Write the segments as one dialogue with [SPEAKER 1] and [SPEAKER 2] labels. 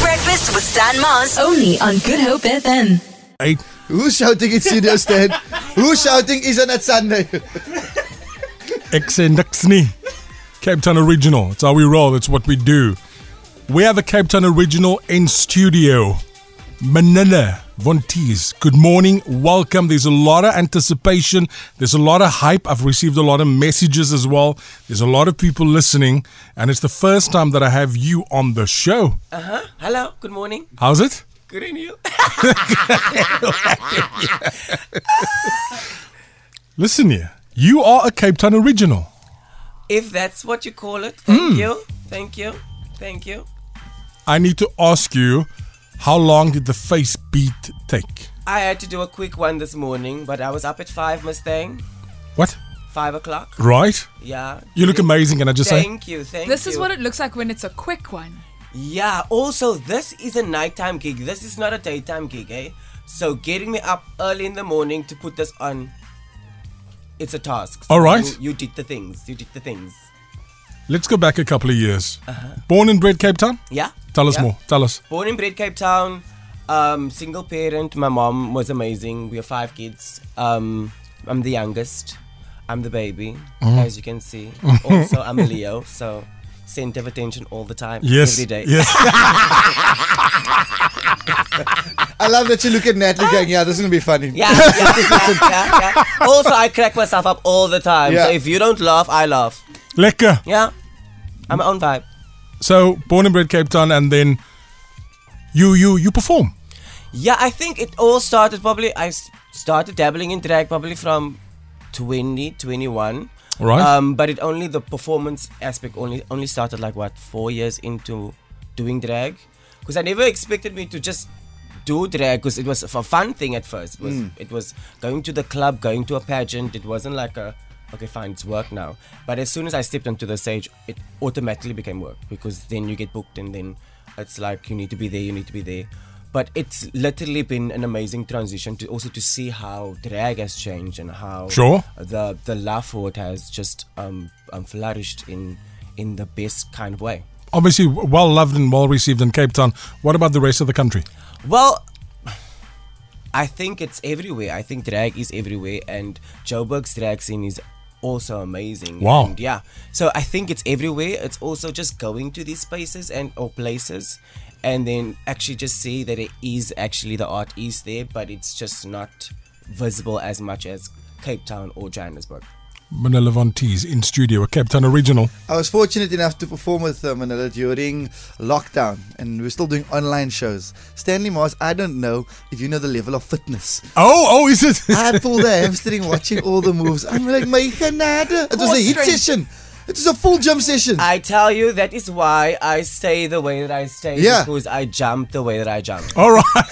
[SPEAKER 1] Breakfast with Stan Mars. Only on Good Hope FM.
[SPEAKER 2] Right?
[SPEAKER 3] Who's shouting it's serious, Ted? Who's shouting isn't at Sunday?
[SPEAKER 2] Exendaxni. Cape Town Original. It's how we roll. It's what we do. We have a Cape Town Original in studio. Manila Vontees. Good morning. Welcome. There's a lot of anticipation. There's a lot of hype. I've received a lot of messages as well. There's a lot of people listening. And it's the first time that I have you on the show.
[SPEAKER 4] Hello, good morning.
[SPEAKER 2] How's it?
[SPEAKER 4] Good in you.
[SPEAKER 2] Listen here. You are a Cape Town Original.
[SPEAKER 4] If that's what you call it, thank
[SPEAKER 2] Hmm.
[SPEAKER 4] you, thank you, thank you.
[SPEAKER 2] I need to ask you how long did the face beat take?
[SPEAKER 4] I had to do a quick one this morning, but I was up at five, Mustang,
[SPEAKER 2] What?
[SPEAKER 4] five o'clock.
[SPEAKER 2] Right?
[SPEAKER 4] Yeah.
[SPEAKER 2] You look amazing, can I just say?
[SPEAKER 4] Thank you, thank
[SPEAKER 5] This
[SPEAKER 4] you.
[SPEAKER 5] is what it looks like when it's a quick one.
[SPEAKER 4] Yeah. Also, this is a nighttime gig. This is not a daytime gig, eh? So getting me up early in the morning to put this on, it's a task. So
[SPEAKER 2] All right.
[SPEAKER 4] You, you did the things. You did the things.
[SPEAKER 2] Let's go back a couple of years. Born and bred Cape Town?
[SPEAKER 4] Yeah.
[SPEAKER 2] Tell us
[SPEAKER 4] Uh-huh. yeah.
[SPEAKER 2] more. Tell us.
[SPEAKER 4] Born and bred Cape Town, um, single parent. My mom was amazing. We have five kids. Um, I'm the youngest. I'm the baby,
[SPEAKER 2] Mm-hmm.
[SPEAKER 4] as you can see. also, I'm a Leo, so center of attention all the time,
[SPEAKER 2] Yes.
[SPEAKER 4] every day.
[SPEAKER 2] Yes.
[SPEAKER 3] I love that you look at Natalie going, yeah, this is going to be funny.
[SPEAKER 4] Yeah, yeah, yeah, yeah, yeah. Also, I crack myself up all the time. So
[SPEAKER 3] Yeah.
[SPEAKER 4] if you don't laugh, I laugh.
[SPEAKER 2] Lekker.
[SPEAKER 4] Yeah, I'm my own vibe.
[SPEAKER 2] So born and bred Cape Town and then you you you perform.
[SPEAKER 4] Yeah, I think it all started probably. I s- started dabbling in drag probably from 20, 21.
[SPEAKER 2] All right.
[SPEAKER 4] Um, but it only the performance aspect only only started like what four years into doing drag, because I never expected me to just do drag because it was a fun thing at first. It was, it was going to the club, going to a pageant. It wasn't like a okay, fine, it's work now. But as soon as I stepped onto the stage, it automatically became work because then you get booked and then it's like you need to be there, you need to be there. But it's literally been an amazing transition to also to see how drag has changed and how
[SPEAKER 2] Sure.
[SPEAKER 4] the the love for it has just um, um flourished in in the best kind of way.
[SPEAKER 2] Obviously well loved and well received in Cape Town. What about the rest of the country?
[SPEAKER 4] Well, I think it's everywhere. I think drag is everywhere, and Joburg's drag scene is also amazing.
[SPEAKER 2] Wow.
[SPEAKER 4] And yeah. So I think it's everywhere. It's also just going to these spaces and or places, and then actually just see that it is actually the art is there, but it's just not visible as much as Cape Town or Johannesburg.
[SPEAKER 2] Manila Von Tees in studio, a Cape Town original.
[SPEAKER 3] I was fortunate enough to perform with uh, Manila during lockdown, and we're still doing online shows. Stanley Mars, I don't know if you know the level of fitness.
[SPEAKER 2] Oh, oh, is it?
[SPEAKER 3] I had pulled the hamstring watching all the moves. I'm like, my genade. It was a hit session. It was a full jump session.
[SPEAKER 4] I tell you, that is why I stay the way that I stay.
[SPEAKER 3] Yeah. Oh.
[SPEAKER 4] Because I jump the way that I jump.
[SPEAKER 2] All right.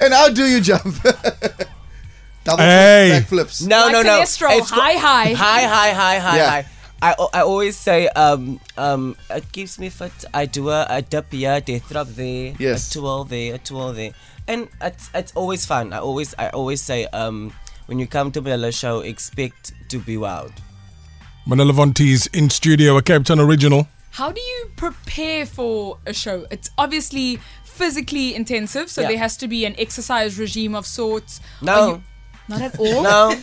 [SPEAKER 3] and how do you jump? Double
[SPEAKER 2] Hey.
[SPEAKER 3] flips, backflips.
[SPEAKER 4] No,
[SPEAKER 5] Like
[SPEAKER 4] no, no.
[SPEAKER 5] Sinestro,
[SPEAKER 4] It's go-
[SPEAKER 5] high, high.
[SPEAKER 4] High, high, high, high,
[SPEAKER 3] Yeah.
[SPEAKER 4] high. I, al- I always say um um it keeps me fit. I do a, a dip here, death drop there,
[SPEAKER 3] Yes.
[SPEAKER 4] a twirl there, a twirl there, and it's it's always fun. I always I always say um when you come to Manila show, expect to be wild.
[SPEAKER 2] Manila Von Tees in studio, a Cape Town original.
[SPEAKER 5] How do you prepare for a show? It's obviously physically intensive, so
[SPEAKER 4] Yeah.
[SPEAKER 5] there has to be an exercise regime of sorts. Are
[SPEAKER 4] No.
[SPEAKER 5] you- not at all.
[SPEAKER 4] No,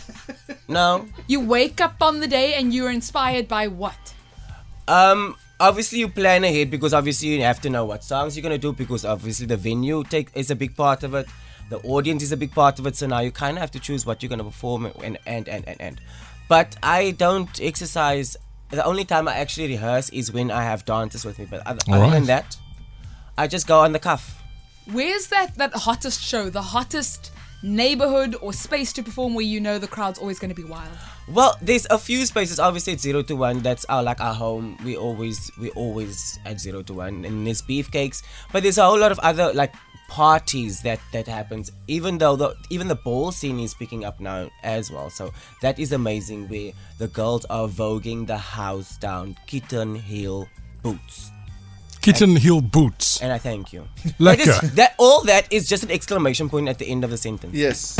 [SPEAKER 4] no.
[SPEAKER 5] You wake up on the day and you're inspired by what?
[SPEAKER 4] Um, obviously you plan ahead because obviously you have to know what songs you're gonna do because obviously the venue take is a big part of it, the audience is a big part of it. So now you kind of have to choose what you're gonna perform and and and and and. But I don't exercise. The only time I actually rehearse is when I have dancers with me. But other,
[SPEAKER 2] All
[SPEAKER 4] other than
[SPEAKER 2] right.
[SPEAKER 4] that, I just go on the cuff.
[SPEAKER 5] Where's that that hottest show, the hottest neighborhood or space to perform where you know the crowd's always going to be wild?
[SPEAKER 4] Well, there's a few spaces. Obviously, it's zero to one. That's our like our home. We always we always at zero to one, and there's beefcakes. But there's a whole lot of other like parties that that happens. Even though the even the ball scene is picking up now as well. So that is amazing. Where the girls are voguing the house down, kitten heel boots,
[SPEAKER 2] Kitten heel boots.
[SPEAKER 4] and I thank you. That
[SPEAKER 2] Lekker.
[SPEAKER 4] is that all that is just an exclamation point at the end of the sentence.
[SPEAKER 3] Yes.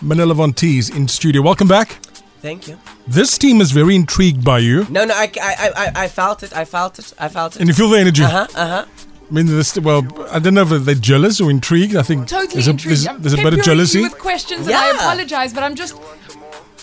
[SPEAKER 2] Manila Von Tees in studio. Welcome back.
[SPEAKER 4] Thank you.
[SPEAKER 2] This team is very intrigued by you.
[SPEAKER 4] No, no, I, I, I, I felt it. I felt it. I felt it.
[SPEAKER 2] And you feel the energy.
[SPEAKER 4] Uh huh. Uh
[SPEAKER 2] uh-huh.
[SPEAKER 4] huh.
[SPEAKER 2] I mean, this, well, I don't know if they're jealous or intrigued. I think
[SPEAKER 5] totally
[SPEAKER 2] there's a,
[SPEAKER 5] intrigued.
[SPEAKER 2] there's,
[SPEAKER 5] I'm
[SPEAKER 2] there's a bit
[SPEAKER 5] peppering
[SPEAKER 2] of
[SPEAKER 5] you
[SPEAKER 2] jealousy.
[SPEAKER 5] with questions,
[SPEAKER 4] Yeah.
[SPEAKER 5] and I apologize, but I'm just,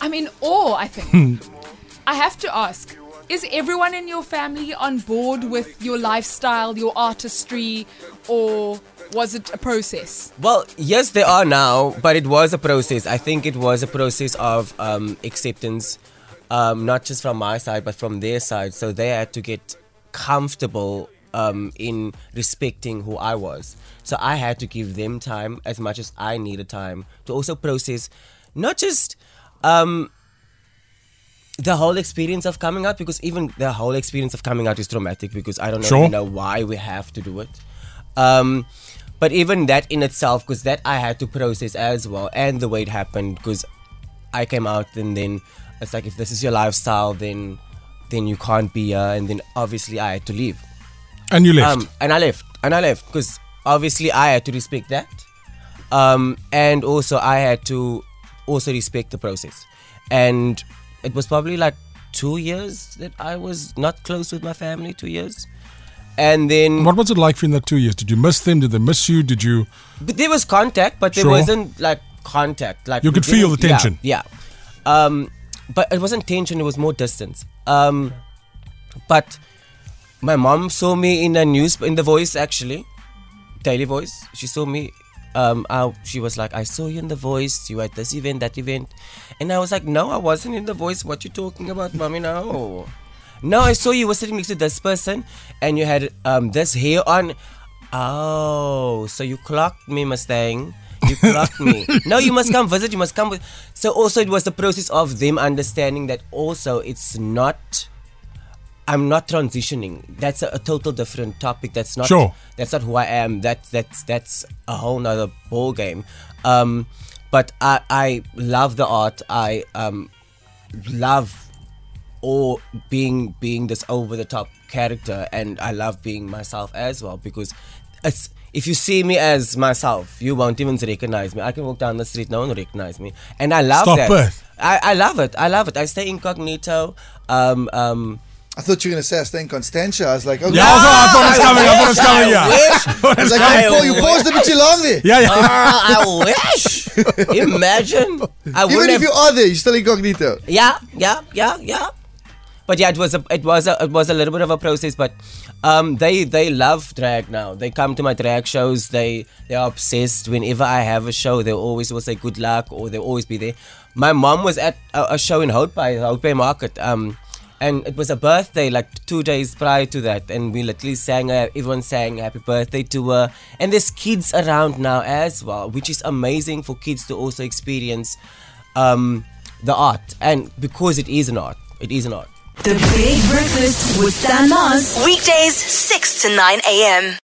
[SPEAKER 5] I'm in awe. I think
[SPEAKER 2] Hmm.
[SPEAKER 5] I have to ask: Is everyone in your family on board with your lifestyle, your artistry, or was it a process?
[SPEAKER 4] Well, yes, they are now, but it was a process. I think it was a process of um, acceptance, um, not just from my side, but from their side. So they had to get comfortable um, in respecting who I was. So I had to give them time as much as I needed time to also process, not just. Um, the whole experience of coming out because even the whole experience of coming out is traumatic because I don't
[SPEAKER 2] Sure.
[SPEAKER 4] even know why we have to do it. Um, but even that in itself, because that I had to process as well, and the way it happened, because I came out, and then it's like if this is your lifestyle, then then you can't be here, and then obviously I had to leave.
[SPEAKER 2] And you left.
[SPEAKER 4] Um, and I left. And I left because obviously I had to respect that, um, and also I had to also respect the process. And it was probably like two years that I was not close with my family. Two years, and then
[SPEAKER 2] what was it like for you in that two years? Did you miss them? Did they miss you? Did you?
[SPEAKER 4] but there was contact, but there
[SPEAKER 2] Sure.
[SPEAKER 4] wasn't like contact. Like
[SPEAKER 2] You
[SPEAKER 4] we
[SPEAKER 2] could feel
[SPEAKER 4] didn't-
[SPEAKER 2] the tension.
[SPEAKER 4] Yeah, yeah. Um, but it wasn't tension; it was more distance. Um, but my mom saw me in a news in the Voice actually, Daily Voice. She saw me. Um, I, she was like, "I saw you in the Voice. You at this event, that event," and I was like, "No, I wasn't in the Voice. What you talking about, mommy? No." No, I saw you were sitting next to this person and you had um, this hair on. Oh, so you clocked me, Mustang. You clocked me. No, you must come visit. You must come. With. So also, it was the process of them understanding that also it's not. I'm not transitioning. That's a, a total different topic. That's not.
[SPEAKER 2] Sure.
[SPEAKER 4] That's not who I am. That's that's that's a whole nother ball game. Um, but I I love the art. I um love or being being this over the top character and I love being myself as well because it's if you see me as myself, you won't even recognize me. I can walk down the street, no one will recognize me. And I love
[SPEAKER 2] Stop
[SPEAKER 4] that.
[SPEAKER 2] it.
[SPEAKER 4] I, I love it. I love it. I stay incognito. Um um
[SPEAKER 3] I thought you were gonna say I stay in Constantia. I was like, "Oh, okay.
[SPEAKER 2] Yeah, also, I thought it was coming. I thought it was coming. Oh, Yeah. Uh,
[SPEAKER 3] It's
[SPEAKER 4] I wish.
[SPEAKER 3] like
[SPEAKER 4] I
[SPEAKER 3] you, pa- you
[SPEAKER 4] wish.
[SPEAKER 3] paused a bit too long there.
[SPEAKER 2] Yeah, yeah.
[SPEAKER 4] Ah, I wish. Imagine. I
[SPEAKER 3] Even
[SPEAKER 4] would
[SPEAKER 3] if you are there, you're still incognito.
[SPEAKER 4] yeah yeah yeah yeah but yeah it was a it was a it was a little bit of a process but um they they love drag now they come to my drag shows they they're obsessed whenever i have a show they always will say good luck or they'll always be there my mom was at a, a show in hope by hope market um and it was a birthday like two days prior to that and we literally sang uh, everyone sang happy birthday to her and there's kids around now as well which is amazing for kids to also experience um, the art and because it is an art it is an art
[SPEAKER 1] The Big Breakfast with Stan Mars. Weekdays, 6 to 9 a.m.